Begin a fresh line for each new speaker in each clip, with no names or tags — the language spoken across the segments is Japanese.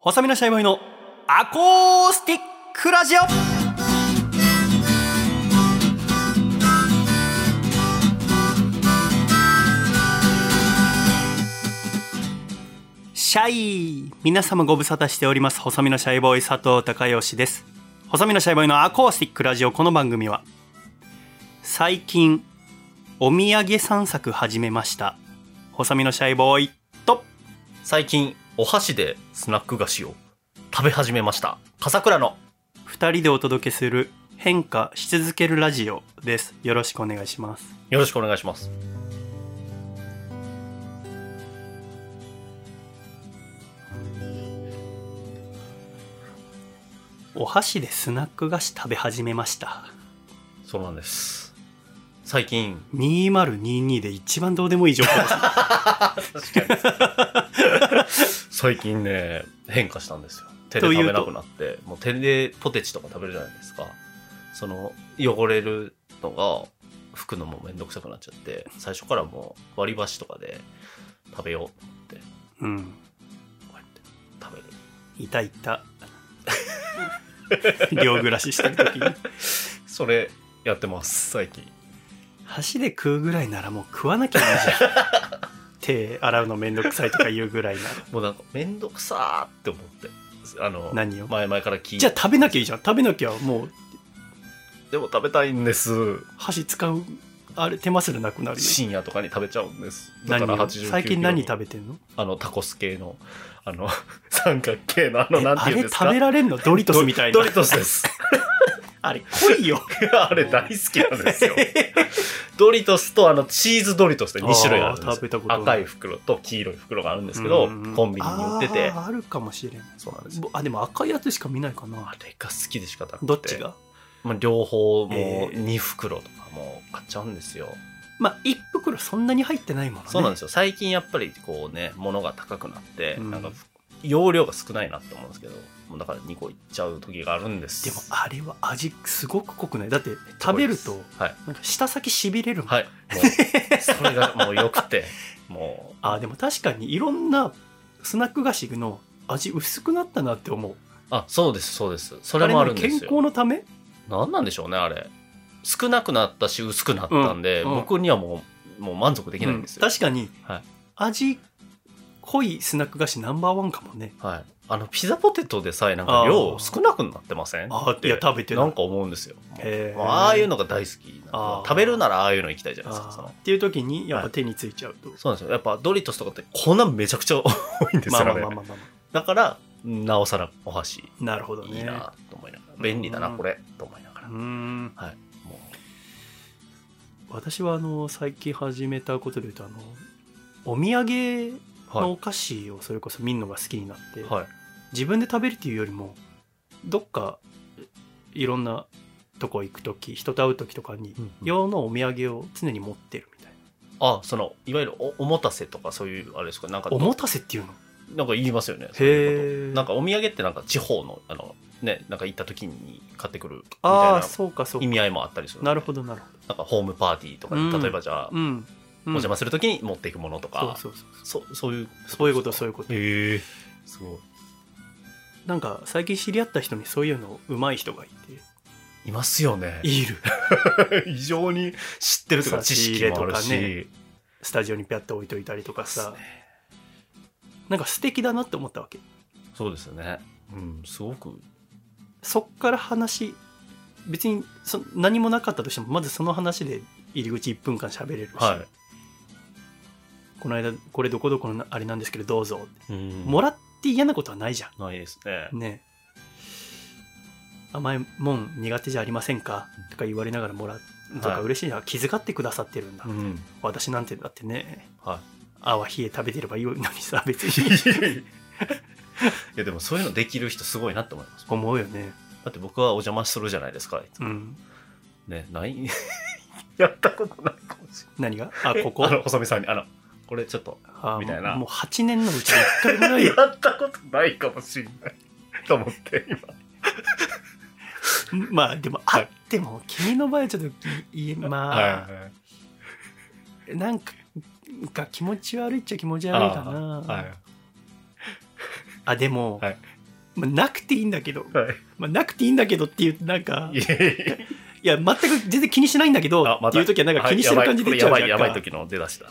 細身のシャイボーイのアコースティックラジオシャイ皆様ご無沙汰しております細身のシャイボーイ佐藤孝義です細身のシャイボーイのアコースティックラジオこの番組は最近お土産散策始めました細身のシャイボーイと
最近お箸でスナック菓子を食べ始めました笠倉の
二人でお届けする変化し続けるラジオですよろしくお願いします
よろしくお願いします
お箸でスナック菓子食べ始めました
そうなんです最近
2022で一番どうでもいい情報 です
最近ね変化したんですよ手で食べなくなってもう手でポテチとか食べるじゃないですかその汚れるのが拭くのもめんどくさくなっちゃって最初からもう割り箸とかで食べようって
うん
こうやって食べる
いたいた両暮らししてる時に
それやってます最近
箸で食うぐらいならもう食わなきゃいいじゃん 手洗うのめんどくさいとか言うぐらいなら
もうなんかめんどくさーって思ってあの
何を
前々から聞い
じゃ
て
あ食べなきゃいいじゃん食べなきゃもう
でも食べたいんです
箸使うあれ手間するなくなるよ
深夜とかに食べちゃうんですだ
何
から
を
89キロ
最近何食べてんの
あのタコス系のあの 三角形のあの
え
なん
あ
ていうん
れ
ですか
食べられんのドリトスみたいな
ドドリトスです
あれ濃いよ
あれ大好きなんですよドリトスとあのチーズドリトスって2種類あるんですよ
あー食べたことない
赤い袋と黄色い袋があるんですけど
うん
コンビニに売ってて
あーあるかもしれん
そうなんですよ
あでも赤いやつしか見ないかな
あれが好きで仕方なくて
どっちが
まあ、両方もう
えー
2袋とかもう買っちゃうんですよ、
まあ1袋そんなに入ってないものね
そうなんですすよ最近やっぱりこうね物が高くなって、
うん
なんか容量が少ないなって思うんですけどもうだから2個いっちゃう時があるんです
でもあれは味すごく濃くないだって食べると
はい
なんか舌先しびれるもん、
はいも うそれがもう良くてもう
あでも確かにいろんなスナック菓子の味薄くなったなって思う
あそうですそうですそ
あ
れもあ
な
るんで
健
す
康
よ
のため
何なんでしょうねあれ少なくなったし薄くなったんで、
うんうん
僕にはもうもう満足できないんですよ、
うん確かに、
はい
味濃いスナック菓子ナンバーワンかもね
はい、あのピザポテトでさえなんか量少なくなってません
あーいや食べてない
なんか思うんですよ
へー
もうああいうのが大好きなんで
あー
食べるならああいうの行きたいじゃないです
あ
かそ
ーっ
の
ていう時にやっぱ手についちゃうと、
そうなんですよやっぱドリトスとかって粉めちゃくちゃ多いんです
まあ
よ、ね
まあまあまあまあ、ま
だからなおさらお箸
あ、なるほどね
いいなと思いながら、便利だな
うん
これと思いなが
う
ら、
ーん
はいも
私はあの最近始めたことでいうとあのお土産
うは
のお菓子をそれこそ見るのが好きになって、
い、はい、
自分で食べるっていうよりもどっかいろんなとこ行く時人と会う時とかに用のお土産を常に持ってるみたい
あそのいわゆるおおもたせとかそういうあれですかなんか
なおもたせっていうの
なんか言いますよねそう
へえ
いうことなんかお土産ってなんか地方のあのねなんか行った時に買ってくるみたい
ああ
な
そうかそう
意
か
味合いもあったりする
なるほ
ど
どなるほど
なんかホームパーティーとか
うん
に例えばじゃあ、
うん、うん、お
お邪魔するときに持っていくものとか、
そうそうそう
そうそういう
そういうことそういうこと
へえすごい
なんか最近知り合った人にそういうのうまい人がいて
いますよね
いる
非常に知ってるというか知
差し入
識
れ
も
と
ある
かね
し、
スタジオにピャッと置いといたりとか
そ
さ
うですね
なんか素敵だなって思ったわけ
そうですよねうんすごく
そっから話別にそ何もなかったとしてもまずその話で入り口1分間喋れるし、
は
この間これどこどこのなあれなんですけどどうぞ、
い、うん
もらって嫌なことはないじゃ
ないですね
んね甘いもん苦手じゃありませんかとか言われながらもらうとか
はい
嬉しいな、気遣ってくださってるんだ、
うん
私なんてだってね
はい
あわ冷え食べてればいいのに さ別
い
に
やいやでもそういうのできる人すごいなって思いますだ
思うよね
って僕はお邪魔するじゃないですかいつ
う
も
ん
ねない やったことないかもし
何があ
れない
ここ
あの細見さんにあのこれちょっと
あ
みたいな
もう8年のうち1回もないよ
やったことないかもしれないと思って今
まあでもあっても君の場合はちょっといいまあ
はい
なんかが気持ち悪いっちゃ気持ち悪いかな
はい
あでも
はい
まあ、なくていいんだけど、
はい。
まあ、なくていいんだけどっていう、なんか、
いえいえ
いや、全く全然気にしないんだけど、
あま
ったていう時はなんか気にしてる感じで言っちゃう
は
じ
い
ゃん
や
か。
ばいこれやばい時の出だしだ。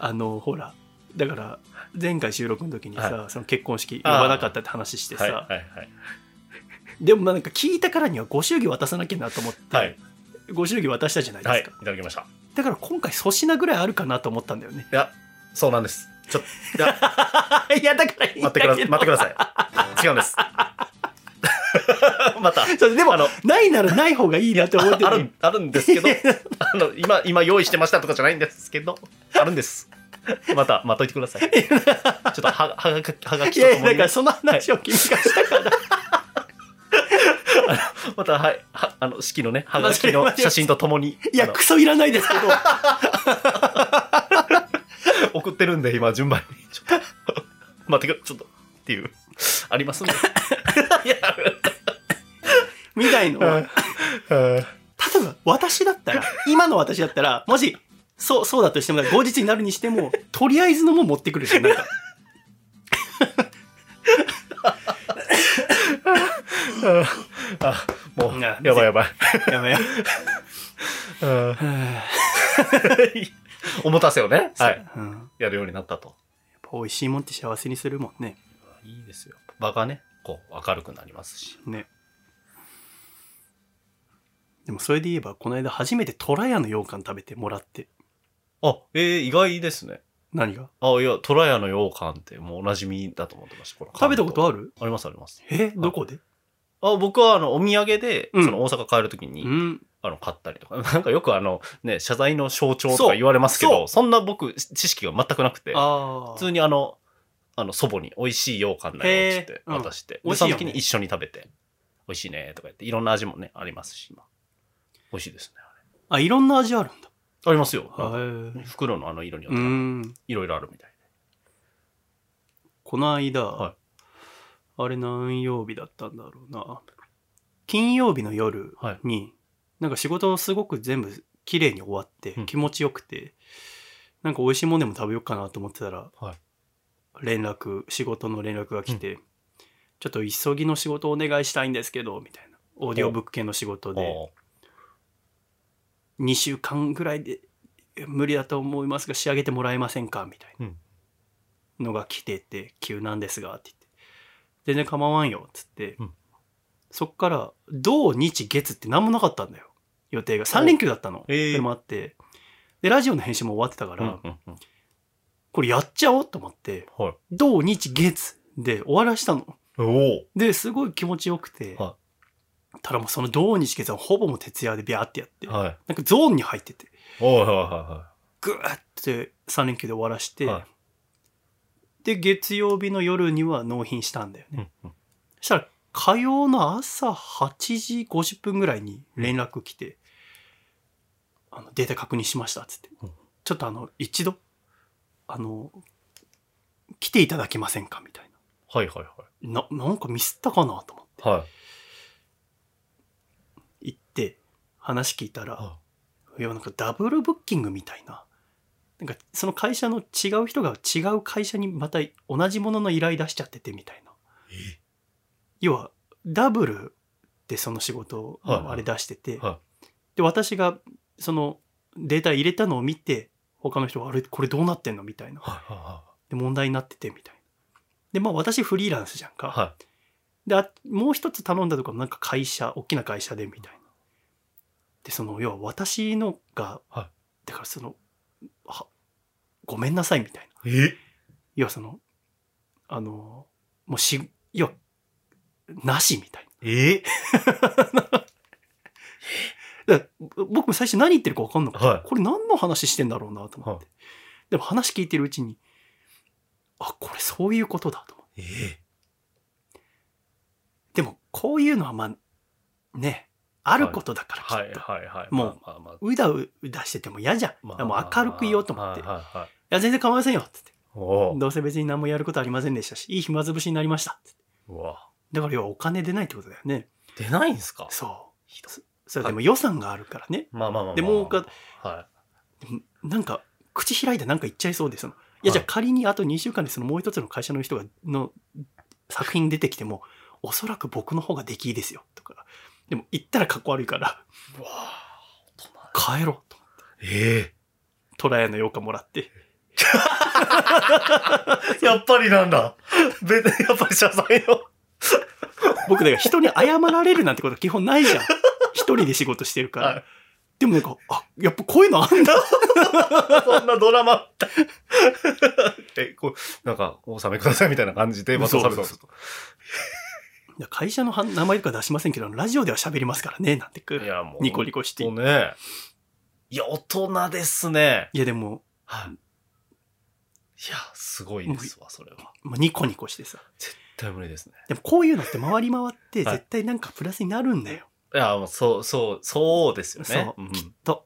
あの、ほら、だから、前回収録の時にさ、
は
その結婚式呼ばなかったって話してさ、
はいはいはい。
でもまあなんか聞いたからにはご祝儀渡さなきゃなと思って、
はい。
ご祝儀渡したじゃないで
はい。
す
い
か。
ただきました。
だから今回粗品ぐらいあるかなと思ったんだよね。
いや、そうなんです。ちょっと、いや、
いや、だからいいん
待
だ
っ
け
てく
ど
だ待ってください。違うんです。 また。
そうでも
あの
ないならない方がいいなって思って
あ
る
る、あるんです けど、あの、今、今用意してましたとかじゃないんですけど、あるんです。また、待っといてくだ さい。ちょっとは、はがき、はが
い
きと
やいや
とも
だ
に
から、その話を君がしたから、
また、はい、はあの、式のね、はが
そ
き
れま
の
で
写真とともに、
いや
あの
クソいらない ですけど
送ってるんで、今、順番に。ちょっと、 待ってく、ちょっと、っていう、ありますんで。い や、
みたいのは例えば私だったら今の私だったらもしそうそうだとしても後日になるにしてもとりあえずのも持ってくるじゃんなんか
あ、もう、
な
や ばいやばい。
やばいや
うん
ばいは
お持たせをね、
あ
はい、
うん、やっ
やるようになったと。
ぱ美味しいもんって幸せにするもんね
いいですよ。場がね、こう、明るくなりますし。
ねでもそれで言えばこの間初めてトラヤの羊羹食べてもらって
あ、えー、意外ですね。
何が
あ、いや、トラヤの羊羹ってもうおなじみだと思ってました。これ
食べたこと
あ
ある
ありますあります。
えどこで
あ、僕はあの、お土産で、
うん
その大阪帰るときに、
うん
あの、買ったりとか、 なんかよくあの、ね、謝罪の象徴と
そ
か
う
言われますけ
そう
ど、そんな僕、知識が全くなくて、
あ
普
あ
通にあの、あの、祖母に美味しい羊羹だよ、つっ
へ
て
ーうん
渡して、
美
で
味しい
そ
よね
の時に一緒に食べて、美味しいね、とか言って、いろんな味もね、ありますし、今。美味しいですね、あれ。
あいろんな味あるんだ
ありますよ。なんか
へえ
袋のあの色によっ
う
てなんか、
ん
いろいろあるみたい
この間、
は
あれ何曜日だったんだろうな金曜日の夜
はい
に、なんか仕事をすごく全部綺麗に終わって、
うん
気持ちよくてなんか美味しいもんでも食べようかなと思ってたら、
はい
連絡仕事の連絡が来て、ちょっと急ぎの仕事お願いしたいんですけどみたいなオーディオブック系の仕事
で。
で2週間ぐらいで無理だと思いますが仕上げてもらえませんかみたい
うん
なのが来てて急なんですがって言って全然構わんよっつって、
うん
そっから土日月って何もなかったんだよ予定が3連休だったの、
えー
それもあってでラジオの編集も終わってたから、
うんうんうん
これやっちゃおうと思って
はい。
土日月で終わらしたの
おお。
ですごい気持ちよくて、
は
ただもうその土日月はほぼもう徹夜でビャーってやって、
はい。
なんかゾーンに入ってて
おいはいは
ぐーって3連休で終わらして、
は
で月曜日の夜には納品したんだよ
い
ね、
はい。うんうん
そしたら火曜の朝8時50分ぐらいに連絡来て「あのデータ確認しました」っつって、
うん
ちょっとあの一度あの来ていただけませんか」みたい
はいはいは
なななんかミスったかなと思って
い。はい。
行って話聞いたら、
はい
やなんかダブルブッキングみたいななんかその会社の違う人が違う会社にまた同じものの依頼出しちゃっててみたいな要はダブルでその仕事
はいはい
をあれ出してて、
は
で私がそのデータ入れたのを見て他の人が「あれこれどうなってんの?」みたいな
はいは
で問題になっててみたいなでまあ私フリーランスじゃん
い
か、
は
であもう一つ頼んだとかもなんか会社大きな会社でみたいなでその要は私のが、
は。
だからそのはごめんなさいみたいない
え
要はそのあのもうし要はなしみたい
え
なだからぼ僕も最初何言ってるか分かんなくて、
はい
これ何の話してんだろうなと思って、でも話聞いてるうちにあこれそういうことだと思って
え
でもこういうのはまあねあることだからきっと、
はいはいはい。
もう
まあまあ
うだうだしてても嫌じゃん。
まあ、
もう明るく言おうと思って。い
はいはいはい。
や、全然構いませんよ。つって。
お
どうせ別に何もやることありませんでしたし、いい暇つぶしになりました。つって
お。うわ。
だから要はお金出ないってことだよね。
出ないんすか
そう。そそれでも予算があるからね。
まあまあまあまあ。
でもうか、
は
なんか、口開いてなんか言っちゃいそうで、その、いや、じゃあ
はい
仮にあと2週間でそのもう一つの会社の人が、の作品出てきても、おそらく僕の方が出来いいですよ。とか。でも、行ったらかっこ悪いから、
うわ
帰ろうと。
え
トラヤの8日もらって。
えやっぱりなんだ。べやっぱり謝罪を。
僕、だから人に謝られるなんてこと基本ないじゃん。 一人で仕事してるから。
はい
でもなんか、あ、やっぱこういうのあんだ。
そんなドラマあった。 え、こう、なんか、お納めくださいみたいな感じで、また
そう
収めたんですか
いや会社のは名前とか出しませんけど、ラジオでは喋りますからね、なんてく。
や、も
ニコニコして。
と
い
ね。いや、大人ですね。
や、でも、
はい。いや、すごいですわ、それは。
まあニコニコしてさ。
絶対無理ですね。
でもこういうのって回り回って、
はい
絶対なんかプラスになるんだよ。
いや、もう、そう、そう、そうですよね。
そう
うん
と、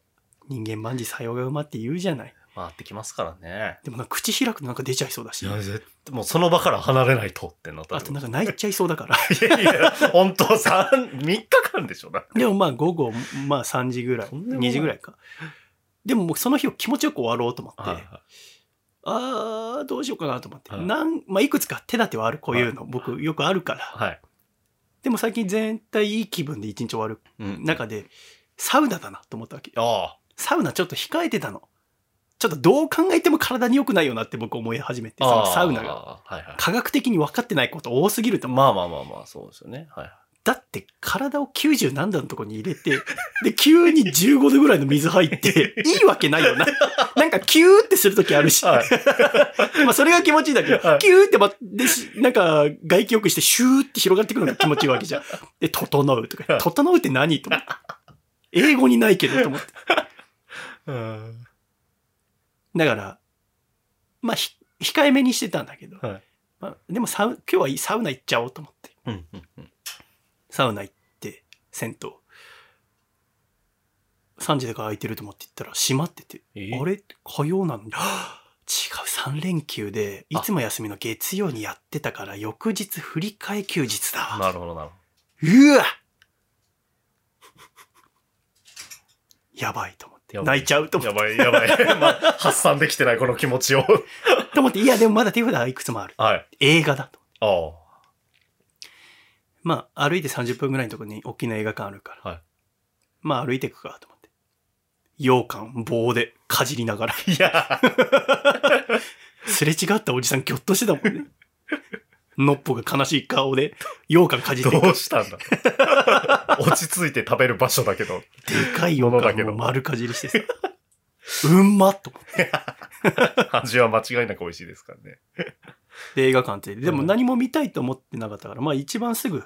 人間万事作用が馬って言うじゃない。
回ってきますからね。
でもなんか口開くとなんか出ちゃいそうだ
い
し、
や、絶対、もうその場から離れないと ってなったら
あとなんか泣いちゃいそうだから。
いやいや、本当三3日間でしょ、だって
でもまあ午後、まあ3時ぐらい、
とんでもない
2時ぐらいか。でももうその日を気持ちよく終わろうと思って、あー、どうしようかなと思って。
はい
なん、まあいくつか手立てはある、こういうの。僕よくあるから。
はい。
でも最近全体いい気分で一日終わる
うん
中で、サウナだなと思ったわけ。
あ
サウナちょっと控えてたの。ちょっとどう考えても体に良くないよなって僕思い始めて、
あ。
そのサウナが。
ああ。はいはい。
科学的に分かってないこと多すぎると思う。
まあまあまあまあ、そうですよね。はい。
だって体を90何度のとこに入れ て、で、急に15度ぐらいの水入って、いいわけないよな。なんかキューってするときあるし。
はい
まあそれが気持ちいいんだけど、
はい
キューってま、でし、なんか外気浴してシューって広がってくるのが気持ちいいわけ じゃん。で、整うと
は
か、
い
整うって何と思って。英語にないけどと思 って。
うん。
だから、まあ、ひ控えめにしてたんだけど、
はい
まあ、でもサウ、今日はサウナ行っちゃおうと思って、
うんうんうん。
サウナ行って、銭湯。3時だから空いてると思って行ったら閉まってて、
え
あれ火曜なのに、はぁ違う、3連休で、いつも休みの月曜にやってたから、翌日振り替え休日だわ。
なるほどなるほ
うわやばいと思って。
やばい
泣いちゃうと
ど。
思っ
やばい、やばい。 まあ、発散できてない、この気持ちを。
て、と思っていや、でもまだ手札はいくつもある。
はい。
映画だと。
ああ。
まあ、歩いて30分ぐらいのところに大きな映画館あるから。
はい
まあ、歩いていくかと思って。羊羹、棒で、かじりながら。
いや、
すれ違ったおじさん、ぎょっとしてたもんね。のっぽが悲しい顔で、羊羹かじっていく
どうした んだ。落ち着いて食べる場所だけど。
でかい羊
ものだけ
羹
ど
を丸かじりしてさ。うんまっと思って。
味は間違いなく美味しいですからね。
で、映画館って。でも何も見たいと思ってなかったから、まあ、一番すぐ、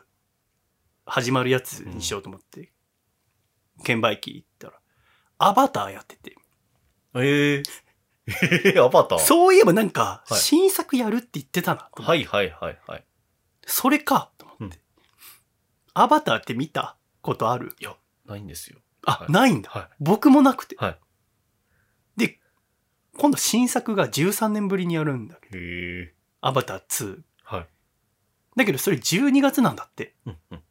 始まるやつにしようと思って、券売機行ったら、アバターやってて。
ええ。ええ、アバター。
そういえばなんか、
はい
新作やるって言ってたなと思って。
はいはいはいはい。
それかと思って。アバターって見たことある
ないんですよ。
あ、
はい
ないんだ。
は
僕もなくて。
は
で、今度新作が13年ぶりにやるんだけど。
い。へえ。
アバター2。
はい。
だけどそれ12月なんだって。
うんうん。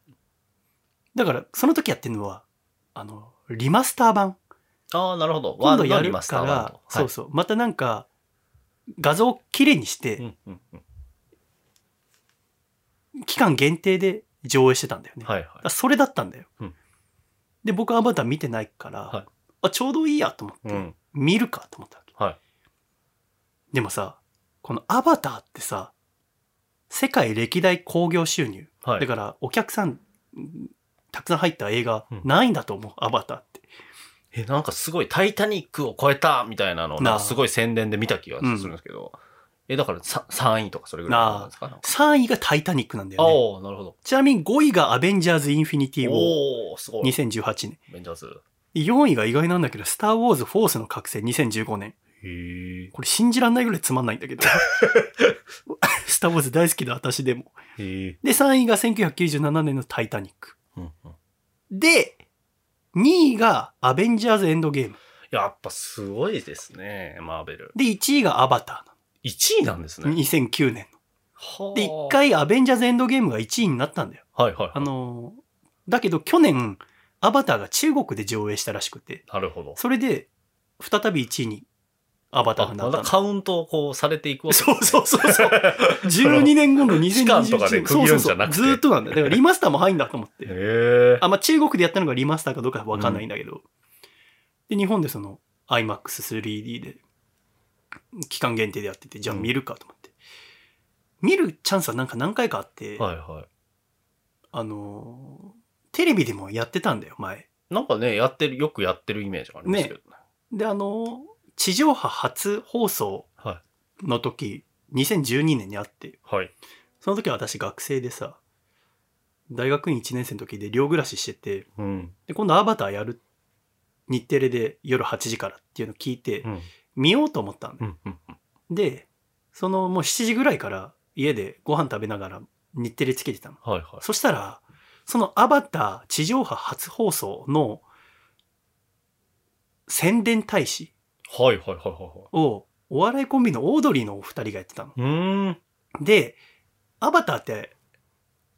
だから、その時やってるのは、あの、リマスター版。
ああ、なるほど。
今度
ワンの
や
リ
る
マスタ
か
ーワン
ら
と、
そうそう。またなんか、画像をきれいにして、
んうんうん。
期間限定で上映してたんだよね。
はい
あ
は
それだったんだよ。
うん
で、僕アバター見てないから、
はい
あ、ちょうどいいやと思っ
い。
て、
ん。
見るかと思ったわけ。
はい。
でもさ、このアバターってさ、世界歴代興行収入。
は
だから、お客さん、たくさん入った映画
うん、
ないんだと思う、アバターって。
え、なんかすごい、タイタニックを超えたみたいなのを、なん
なあ
かすごい宣伝で見た気がするんですけど、え、だから 3, 3位とかそれぐらいなんですかなんか
3位がタイタニックなんだ
あ
よね。
あ、なるほど。
ちなみに5位がアベンジャーズ・インフィニティ・ウォ
おおすご
ー、
い。
2018年。
ベンジャーズ。
4位が意外なんだけど、スター・ウォーズ・フォースの覚醒、2015年。
へえ。
これ信じらんないぐらいつまんないんだけ ど。スター・ウォーズ大好きな私でも。
へえ。
で、3位が1997年のタイタニック。
うんうん
で、2位がアベンジャーズ・エンドゲーム。
やっぱすごいですね、マーベル。
で、1位がアバタ
1位なんです
ーなの。
ね。
2009年
は
の。
あ
で、1。回アベンジャーズ・エンドゲームが1位になったんだよ。
はいはい。
あのー、だけど去年、アバターが中国で上映したらしくて、
なるほど。
それで、再び1位にアバター
あ
がな
ま
った
だ
の
カウントをこうされていくわけです
そ
ね
うそうそうそう。12年 後の2021年。
期間とかで区切るんじゃなくて
そうそうそうずーっとなんだよ。だからリマスターも入んだと思って。
へえ。
あ、まあ、中国でやったのがリマスターかどうかわかんないんだけど。で、日本でその IMAX3D で、期間限定でやってて、じゃあ見るかと思って。見るチャンスはなんか何回かあって、
はいは
あのー、テレビでもやってたんだよ、前。
い。なんかね、やってる、よくやってるイメージがありますけどね。
で、あのー、地上波初放送
は
の時、2012年にあって、
い。はい。
その時は私学生でさ、大学院1年生の時で寮暮らししてて、
うん。
で、今度アバターやる、日テレで夜8時からっていうのを聞いて、
うん。
見ようと思ったん
うん。うん。
で、そのもう7時ぐらいから家でご飯食べながら日テレつけてたの。
はいはい。
そしたら、そのアバター地上波初放送の宣伝大使
はいはいはいはいは
をお笑いコンビのオードリーのお二人がやってたの。
い。うーん。
で、アバターって、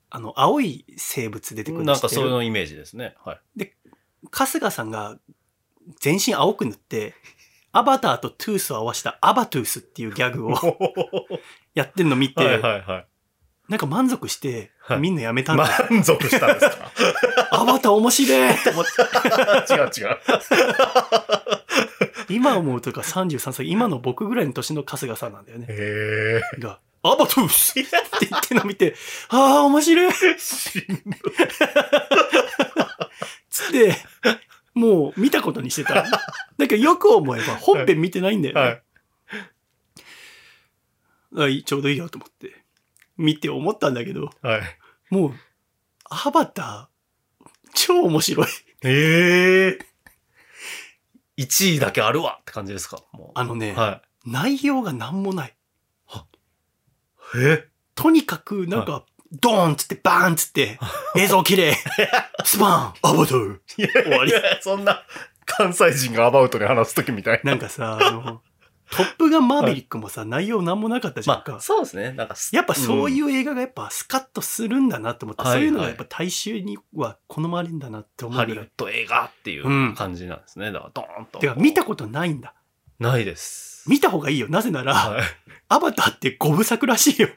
あの、青い生物出てくるの
なん
知
か
ってる
そういうのイメージですね。はい。
春日さんが全身青く塗って、アバターとトゥースを合わせたアバトゥースっていうギャグを やってんの見て、
はいはいはい。
なんか満足して
は、い
みんなやめたんだ。
満足したんですか
アバター面白いと思って、
違う違う。
今思うとか33歳、今の僕ぐらいの年の春日さんなんだよね。
へえ。
が、アバトゥースって言ってんの見て、ああ、面白いつって、もう見たことにしてた。だけどよく思えば本編見てないんだよね。
はい。
あいいちょうどいいやと思って、見て思ったんだけど、
はい。
もう、アバター、超面白い。
へえ。1位だけあるわって感じですかもう。
あのね、
は
内容が何もない。
い。え
とにかく、なんか、ドーンっつって、バーンっつ って、映像綺麗スパンアバター
終わり。そんな、関西人がアバウトで話すときみたい
なんかさ、あの、トップガンマーヴェリックもさ、内容何もなかったじゃん
ま
か。
あ、そうですね。なんか、
やっぱそういうう映画がやっぱスカッとするんだなと思って、
はい
そういうのがやっぱ大衆には好まれるんだなって
ん
思
ハ
うぐ
リウ
らい
ッ。ド映画ってい
うん
う感じなんですね。だから、ドーンと。
てか見たことないんだ。
ないです。
見た方がいいよ。なぜなら、
はい。
アバターって五部作らしい よ。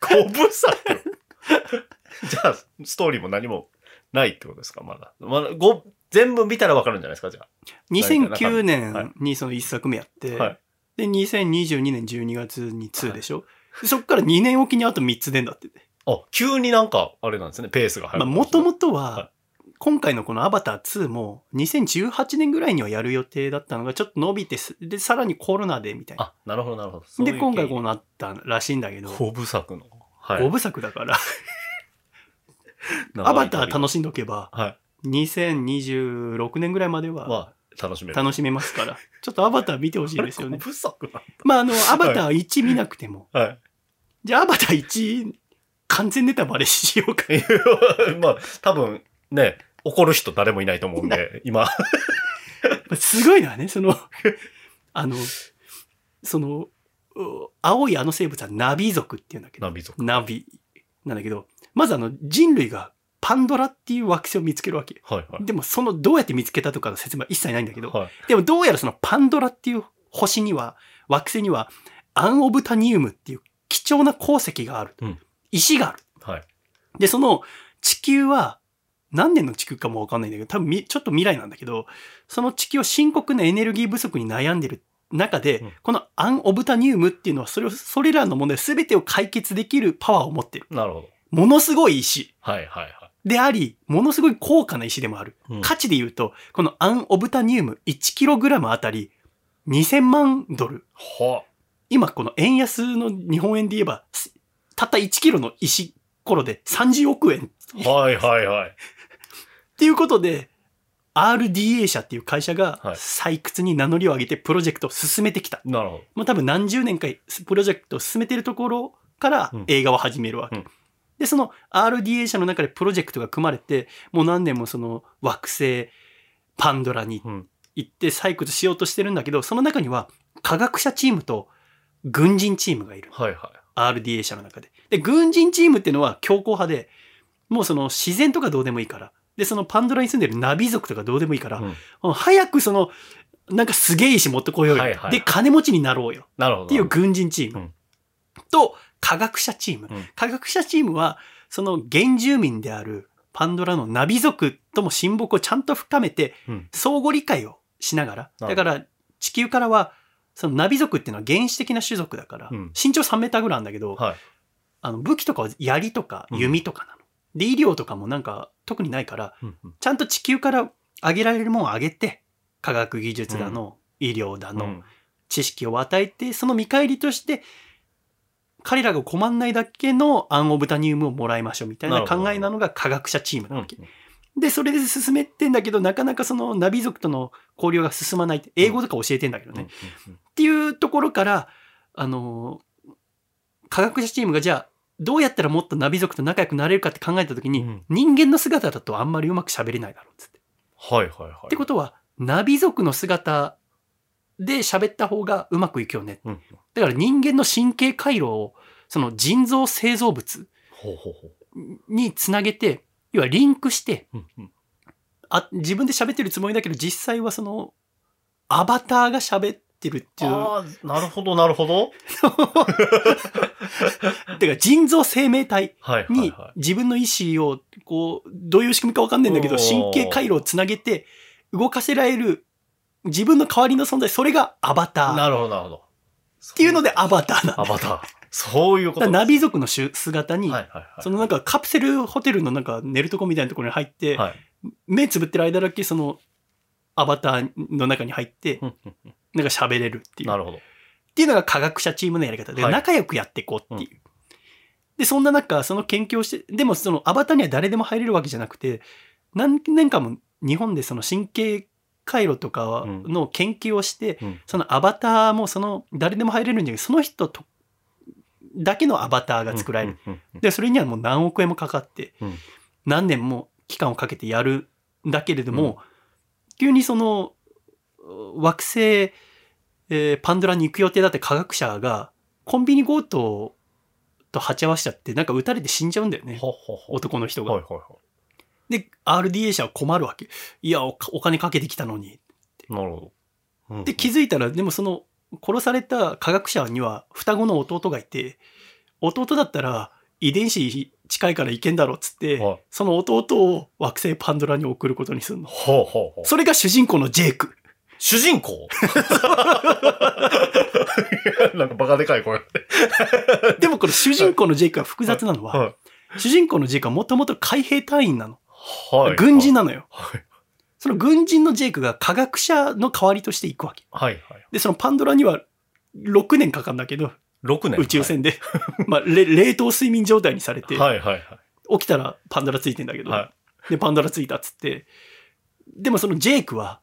こぶさ じゃあ、ストーリーも何もないってことですかまだ。まだ、ご、全部見たらわかるんじゃないですかじゃあ。
2009
はい
年にその1作目やって、
はい
で、2022年12月に2でしょ、そっから2年おきにあと3つ出んだって。
あ、急になんか、あれなんですね、ペースが
ま
速
あ、
く
もともと
は
は、今回のこのアバター2も2018年ぐらいにはやる予定だったのがちょっと伸びてす、で、さらにコロナでみたいな。
あ、なるほど、なるほど。
で、今回こう
の、
なったらしいんだけど、
こぶ作の。は
5部作だから、
なんか
アバター楽しんどけば、
はい。
2026年ぐらいまでは
は、楽しめる。
楽しめますから、ちょっとアバター見てほしいですよね
こ。ぶ作な
まあ、あの、アバター1見なくても、
のはい。
じゃあ、アバター1、完全ネタバレしようか。
まあ、多分、ね、怒る人誰もいないと思うん で、今。
すごいのはね、その、 あの、その、う青いあの生物はナビ族っていうんだけど、
ナビ族。
ナビなんだけど、まずあの人類がパンドラっていう惑星を見つけるわけ。
はいはい。
でもそのどうやって見つけたとかの説明は一切ないんだけど、
はい。
でもどうやらそのパンドラっていう星には、惑星にはアンオブタニウムっていう貴重な鉱石がある。
うん
石がある。
はい。
で、その地球は、何年の地球かもわかんないんだけど、多分み、ちょっと未来なんだけど、その地球は深刻なエネルギー不足に悩んでる中で、
うん
このアンオブタニウムっていうのは、それを、それらの問題全てを解決できるパワーを持ってる。
なるほど。
ものすごい石
はいはいは
であり、ものすごい高価な石でもある。
い。うん
価値で言うと、このアンオブタニウム 1kg あたり2000万ドル。
は
今この円安の日本円で言えば、すたった 1kg の石頃で30億円
はいはいはい。
っていうことで、RDA 社っていう会社が
はい
採掘に名乗りを上げてプロジェクトを進めてきた。
なるほど。
もう多分何十年かプロジェクトを進めてるところから
うん
映画を始めるわけ。
うん
で、その RDA 社の中でプロジェクトが組まれて、もう何年もその惑星パンドラに
うん
行って採掘しようとしてるんだけど、その中には科学者チームと軍人チームがいる。
はいはい。
RDA 社の中で。で、軍人チームっていうのは強硬派で、もうその自然とかどうでもいいから。で、そのパンドラに住んでるナビ族とかどうでもいいから、
うん
もう早くそのなんかすげえ石持ってこようよ。
はいはいはい
で、金持ちになろうよ。
なるほど。
っていう軍人チーム。
うん
と、科学者チーム。
うん
科学者チームは、その原住民であるパンドラのナビ族とも親睦をちゃんと深めて、
うん
相互理解をしながら、だ
なるほど
から地球からは、そのナビ族っていうのは原始的な種族だから、
うん
身長3メーターぐらいあるんだけど、
はい。
あの武器とかは槍とか
うん
弓とかなの。で、医療とかもなんか特にないから、
うんうん
ちゃんと地球から上げられるもんを上げて、科学技術だの、医療だの、
うん
知識を与えて、その見返りとして、彼らが困んないだけのアンオブタニウムをもらいましょうみたいな
なるほど
考えなのが科学者チームな
う
わ
ん
け。で、それで進めてんだけど、なかなかそのナビ族との交流が進まないって。英語とか教えてんだけど
うん
ね。っていうところから、あのー科学者チームがじゃあ、どうやったらもっとナビ族と仲良くなれるかって考えた時に、
うん
人間の姿だとあんまりうまく喋れないだろうっつって。
はいはいはい。
ってことは、ナビ族の姿で喋った方がうまくいくよね。
うん
だから人間の神経回路を、その腎臓製造物
ほうほうほう。
につなげて、要はリンクして、
うんうん
あ自分で喋ってるつもりだけど、実際はその、アバターが喋ってるっていう。
ああ、なるほどなるほど。
てか、腎臓生命体
はいはい
に
は
自分の意思を、こう、どういう仕組みかわかんないんだけど、
おー
神経回路をつなげて動かせられる、自分の代わりの存在、それがアバタ
い。
ー。っ
なるほどなるほど。って
いうのでアバターなんだ
アバター。そういうこ
だか
と
ら
で
ナ
す
ビ族のしゅ姿に、
はいはいはい。
そのなんかカプセルホテルのなんか寝るとこみたいなところに入って、
はい。
目つぶってる間だけそのアバターの中に入って、
うんうんうん
なんか喋れるっていう。
な
っ
るほど。
ていうのが科学者チームのやり方で、
はい
仲良くやっていこうっていう。で、そんな中、その研究をして、でもそのアバターには誰でも入れるわけじゃなくて、何年間も日本でその神経回路とかの研究をして、
うん
そのアバターもその誰でも入れるんじゃなくて、その人とだけのアバターが作られる。
うんうんうん
で、それにはもう何億円もかかって、
うん
何年も期間をかけてやるんだけれども、急にその、惑星、えーパンドラに行く予定だって科学者が、コンビニ強盗と鉢合わせちゃって、なんか撃たれて死んじゃうんだよね。
ほうほうほう
男の人が。
はいはいは
で、RDA 社は困るわけ。いやお、お金かけてきたのに。
い。なるほど。うん
で、気づいたら、でもその、殺された科学者には双子の弟がいて、弟だったら遺伝子近いからいけんだろうっつって、
はい
その弟を惑星パンドラに送ることにするの。
ほうほうほう。
それが主人公のジェイク。
主人公 なんかバカでかい声。
でもこれ主人公のジェイクが複雑なのは、
は
主人公のジェイクはもともと海兵隊員なの。
い。はい。
軍人なのよ。
はい。
その軍人のジェイクが科学者の代わりとして行くわけ。
はいはい。
で、そのパンドラには6年かかるんだけど、
6年。
宇宙船で、まあ、れ冷凍睡眠状態にされて、
はいはいはい。
起きたらパンダラついてんだけど、
は
で、パンダラついたっつって、でもそのジェイクは、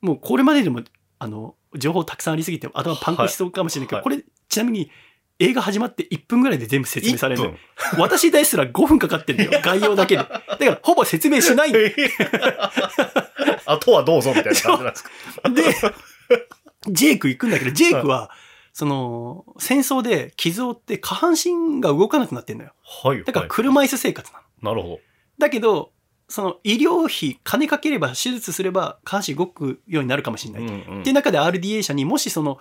もうこれまででも、あの、情報たくさんありすぎて頭パンクしそうかもしれないけど、
はい
これ、ちなみに映画始まって1分ぐらいで全部説明されるの
1
よ。私ですら5分かかってんだ よ。概要だけで。だから、ほぼ説明しないんだよ。
あとはどうぞみたいな感じなんですか。
で、ジェイク行くんだけど、ジェイクは、その、戦争で傷を負って下半身が動かなくなってんのよ。
はいはい。
だから車椅子生活なの。
なるほ
だけど、その医療費、金かければ手術すれば下半身動くようになるかもしれ
ど。
ない。っ
んうん
ていう中で RDA 社にもしその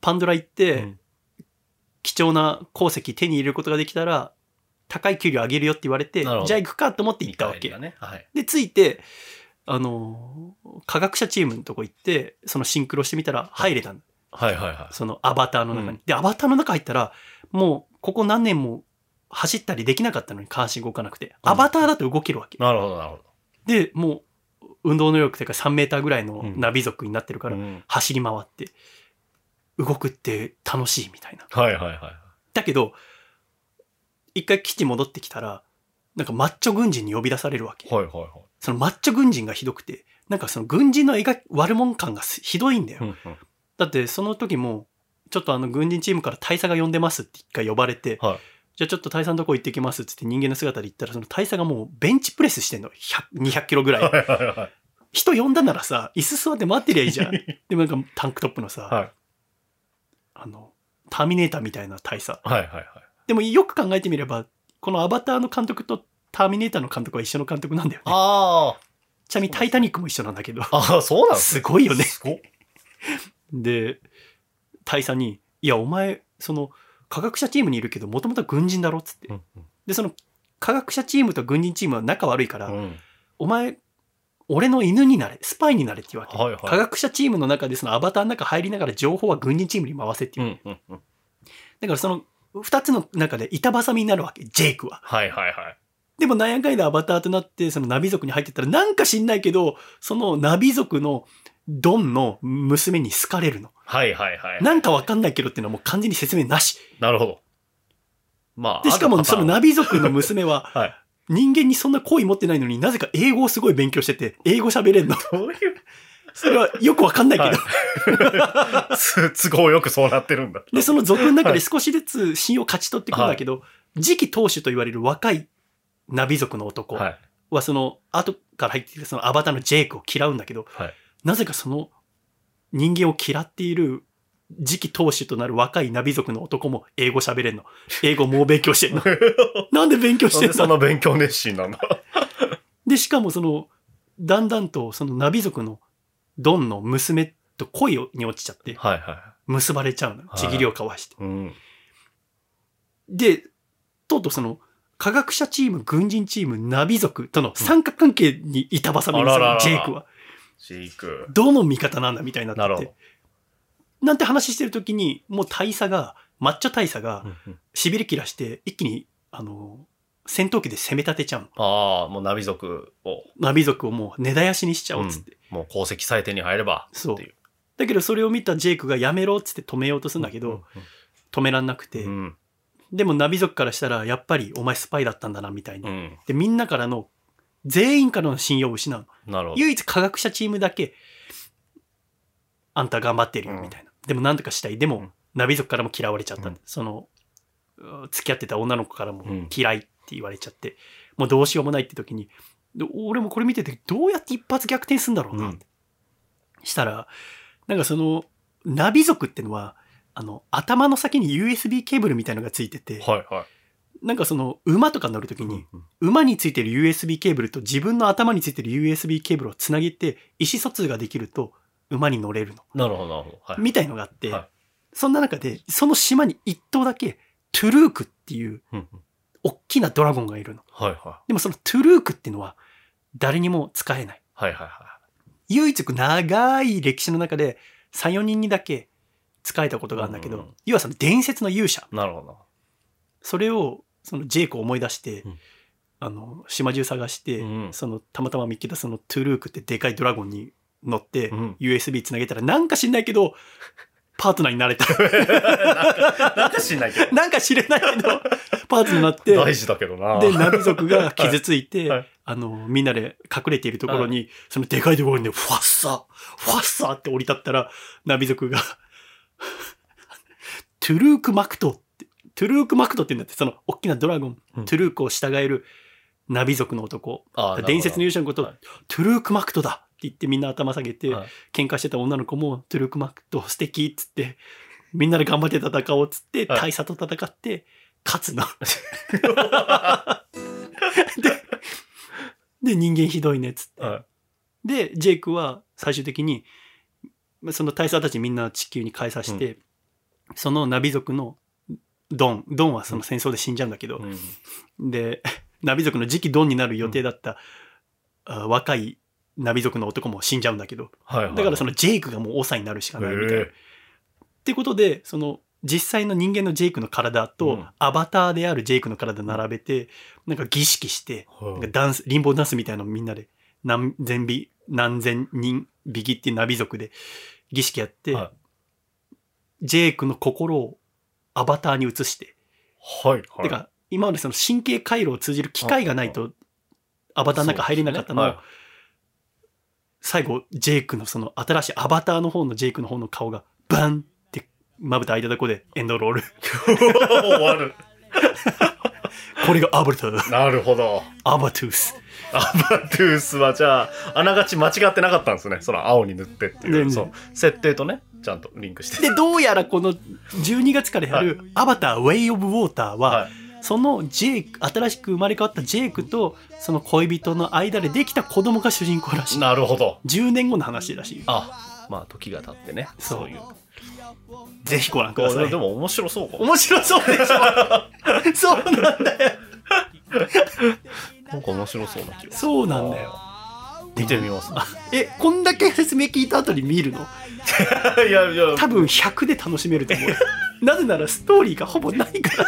パンドラ行って、
うん
貴重な鉱石手に入れることができたら、高い給料上げるよって言われて、じ
な
ゃ
るほ
あ
ど
行くかと思って行ったわ
見返り
け
が。ね。はい。
で、着いて、あのー、科学者チームのとこ行って、そのシンクロしてみたら入れたの。
はいはいは
そのアバターの中に。
うん
で、アバターの中入ったら、もうここ何年も走ったりできなかったのに下半身動かなくて、アバターだと動けるわけ
い。。なるほどなるほど。
で、もう、運動能力というか3メーターぐらいの
うん
ナビ族になってるから、
うん
走り回って、動くって楽しいみたいな。
はいはいはい。
だけど、一回基地戻ってきたら、なんかマッチョ軍人に呼び出されるわけ。
はいはいはい
そのマッチョ軍人がひどくて、なんかその軍人の描き悪者感がすひどいんだよ。
うんうん。
だってその時も、ちょっとあの軍人チームから大佐が呼んでますって一回呼ばれて、
はい
じゃあちょっと大佐のとこ行ってきますって言って人間の姿で行ったら、その大佐がもうベンチプレスしてんの。100 200キロぐらい。
はいはいはい。
人呼んだならさ、椅子座って待ってりゃいい じゃん。でもなんかタンクトップのさ、
はい
あの、ターミネーターみたいな大佐。
はいはいはい。
でもよく考えてみれば、このアバターの監督とターミネーターの監督は一緒の監督なんだよね。
ああ。
ちなみにタイタニックも一緒なんだけど。
ああ、そうなんです
すごいよね。
すごっ
で、タイさんに、いや、お前、その、科学者チームにいるけど、もともとは軍人だろっつって。
うん
で、その、科学者チームと軍人チームは仲悪いから、
うんうん
お前、俺の犬になれ、スパイになれって言うわけ。
はいはい
科学者チームの中で、そのアバターの中入りながら情報は軍人チームに回せっていうう。
んうんうん
だからその、二つの中で板挟みになるわけ、ジェイクは。
はいはいはい。
でも、なんやかいでアバターとなって、そのナビ族に入ってったら、なんか知んないけど、そのナビ族のドンの娘に好かれるの。
はいはいはい。
なんかわかんないけどっていうのはもう完全に説明なし。
なるほど。まあ。
で、しかもそのナ
ビ。
ビ族の娘は、
はい。
人間にそんな好意持ってないのになぜか英語をすごい勉強してて、英語喋れんの。
どういう。
それはよくわかんないけど。
す都合よくそうなってるんだ。
で、その族の中で少しずつ信を勝ち取っていくんだけど、次期当主と言われる若いナビ族の男
はい。
は、その、後から入ってきてそのアバターのジェイクを嫌うんだけど、
はい。
なぜかその人間を嫌っている次期当主となる若いナビ族の男も英語喋れんの。英語もう勉強してん の。なんで勉強し
なん
てんの
でそんな勉強熱心なんだ。
で、しかもその、だんだんとそのナビ族のドンの娘と恋に落ちちゃって、
はいは
結ばれちゃうの。
はい
ちぎりを交わして。
い。うん。
で、とうとうその、科学者チーム、軍人チーム、ナビ族との三角関係に板挟みに
あ
さ
ららら
れ
ら
ジェイクは、
飼育。
どの味方なんだみたいになって
なるほ
て
ど。
なんて話してる時に、もう大佐が、マッチョ大佐が、
うんうん
痺れ切らして、一気に、あの、戦闘機で攻め立てちゃうの。
ああ、もうナビ族を、
ナビ族をもう根絶やしにしちゃおうっつって。
もう功績さえ手に入れば。
そう
っていう。
だけどそれを見たジェイクがやめろっつって止めようとするんだけど、止めらんなくて、
うん。
でもナビ族からしたらやっぱりお前スパイだったんだなみたいな、
うん。
でみんなからの全員からの信用を失うの
なるほど。
唯一科学者チームだけあんた頑張ってるよみたいな、でも何とかしたいでも、
うん
ナビ族からも嫌われちゃった、
うん
そのうん付き合ってた女の子からも
うん
嫌いって言われちゃって、もうどうしようもないって時にで俺もこれ見ててどうやって一発逆転するんだろうなって、したらなんかそのナビ族ってのはあの頭の先に USB ケーブルみたいのがついてて、
はいは
なんかその馬とか乗る時
い。
に、
うん
馬についてる USB ケーブルと自分の頭についてる USB ケーブルをつなげて意思疎通ができると馬に乗れるの。
なるほど、なるほど。はい。
みたいのがあって、
はい
そんな中で、その島に一頭だけトゥルークっていう
うんうん
大きなドラゴンがいるの。
はいは
でもそのトゥルークっていうのは誰にも使えない。
い。はいはいは
唯一長い歴史の中で3、4人にだけ使えたことがあるんだけど、
うん
要はその伝説の勇者。
い。なるほど。
それを、そのジェイクを思い出して、
うん
あの、島中探して、
うん
その、たまたま見っけたそのトゥルークってでかいドラゴンに乗って、
うん
USB つなげたらなんか知んないけど、パートナーになれた。
なんか知んないけど。
なんか知れないけど、パートナーになって、
大事だけどな。
で、ナビ族が傷ついて、
はいはい
あの、みんなで隠れているところに、そのでかいドラゴンで、ファッサーファッサーって降り立ったら、ナビ族が、 トゥルーク・マクトって、トゥルーク・マクトって言うんだって、その、大きなドラゴン、
うん
トゥルークを従えるナビ族の男、
あー
伝説 の勇者のことを、
はい
トゥルーク・マクトだって言ってみんな頭下げて、
はい
喧嘩してた女の子も、トゥルーク・マクト素敵っつって、みんなで頑張って戦おうっつって、
はい
大佐と戦って、勝つの。 で、人間ひどいねっつって。
はい
で、ジェイクは最終的に、まあその大佐たちみんな地球に帰させて、そのナビ族のドン、ドンはその戦争で死んじゃうんだけど、
うん
で、 ナビ族の次期ドンになる予定だった、あ若いナビ族の男も死んじゃうんだけど、
はいはい。
だからそのジェイクがもう長になるしかないみたいな。
へ
っ
え
てことで、その実際の人間のジェイクの体
う
と
ん
アバターであるジェイクの体並べて、なんか儀式して、
はい
なんかダンス、リンボーダンスみたいなのみんなで何千尾、何千人ビギっていうナビ族で儀式やって、
は
ジェイクの心をアバターに移して、
はいはい。
てか、今までその神経回路を通じる機会がないと、アバターの中入れなかったのを、
そうですね
最後、ジェイクのその新しいアバターの方のジェイクの方の顔が、バンって、まぶた開いたとこでエンドロール。
はい 終わる。
これがアバター、
なるほど。
アバトゥース。
アバトゥースはじゃあ、あながち間違ってなかったんですね。その青に塗ってってい
ね
う。そう。設定とね、ちゃんとリンクして。
で、どうやらこの12月からやるアバターウェイオブウォーターは、
い。
そのジェイク新しく生まれ変わったジェイクとその恋人の間でできた子供が主人公らしい
なるほど。
10年後の話らしい
あ、まあ時が経ってね。
そう
そういう。
ぜひご覧くださ
あ
い
でも面白そうか も。
面白そうでしょそうなんだよ
なんか面白そうな気がする。
そうなんだよ
見てみます、
あえこんだけ説明聞いた後に見るの
いやいや、
多分100で楽しめると思 うなぜならストーリーがほぼないか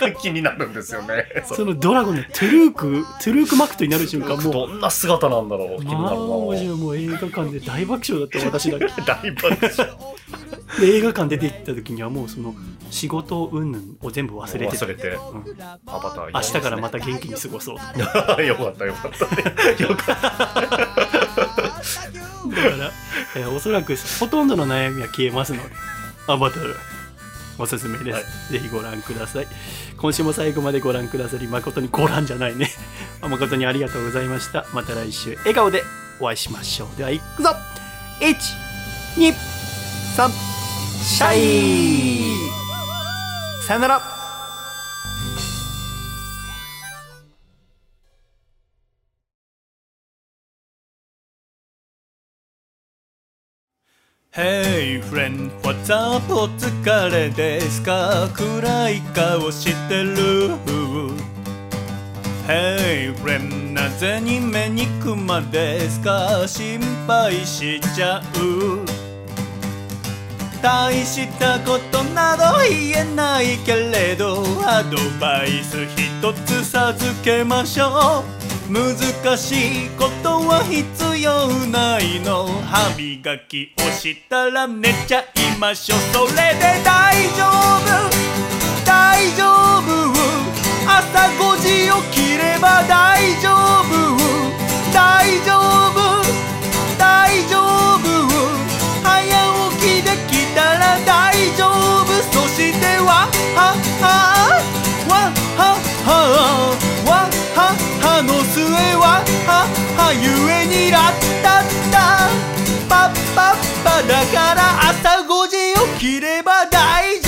ら
気になるんですよ ね。
そのドラゴンのトゥルークトゥルークマクトになる瞬間も
どんな姿なんだろう
う
気に
ま
な
あ
る
もうもう映画館で大爆笑だった私 だけ
な大爆笑
で映画館出て行った時にはもうその仕事云々を全部忘れてた
忘れて
うん
アバター
明日からまた元気に過ごそうだ
た よかったよかったよか
か
っ
ら、えーおそらくほとんどの悩みは消えますのでアバターおすすめです、
はい
ぜひご覧ください今週も最後までご覧くださり誠にご覧じゃないね誠にありがとうございましたまた来週笑顔でお会いしましょうではいくぞ123シャイさよならHey friend, what's up? お疲れですか暗い顔してる Hey friend, なぜに目にクマですか心配しちゃう大したことなど言えないけれどアドバイス一つ授けましょう難しいことは必要ないの歯磨きをしたら寝ちゃいましょうそれで大丈夫大丈夫朝5時を切れば大丈夫大丈夫大丈夫早起きできたら大丈夫そしてわっはっはわっはっはわっはっはの末わっはっはゆえにラッタッタパッパッパだから朝5時を切れば大丈夫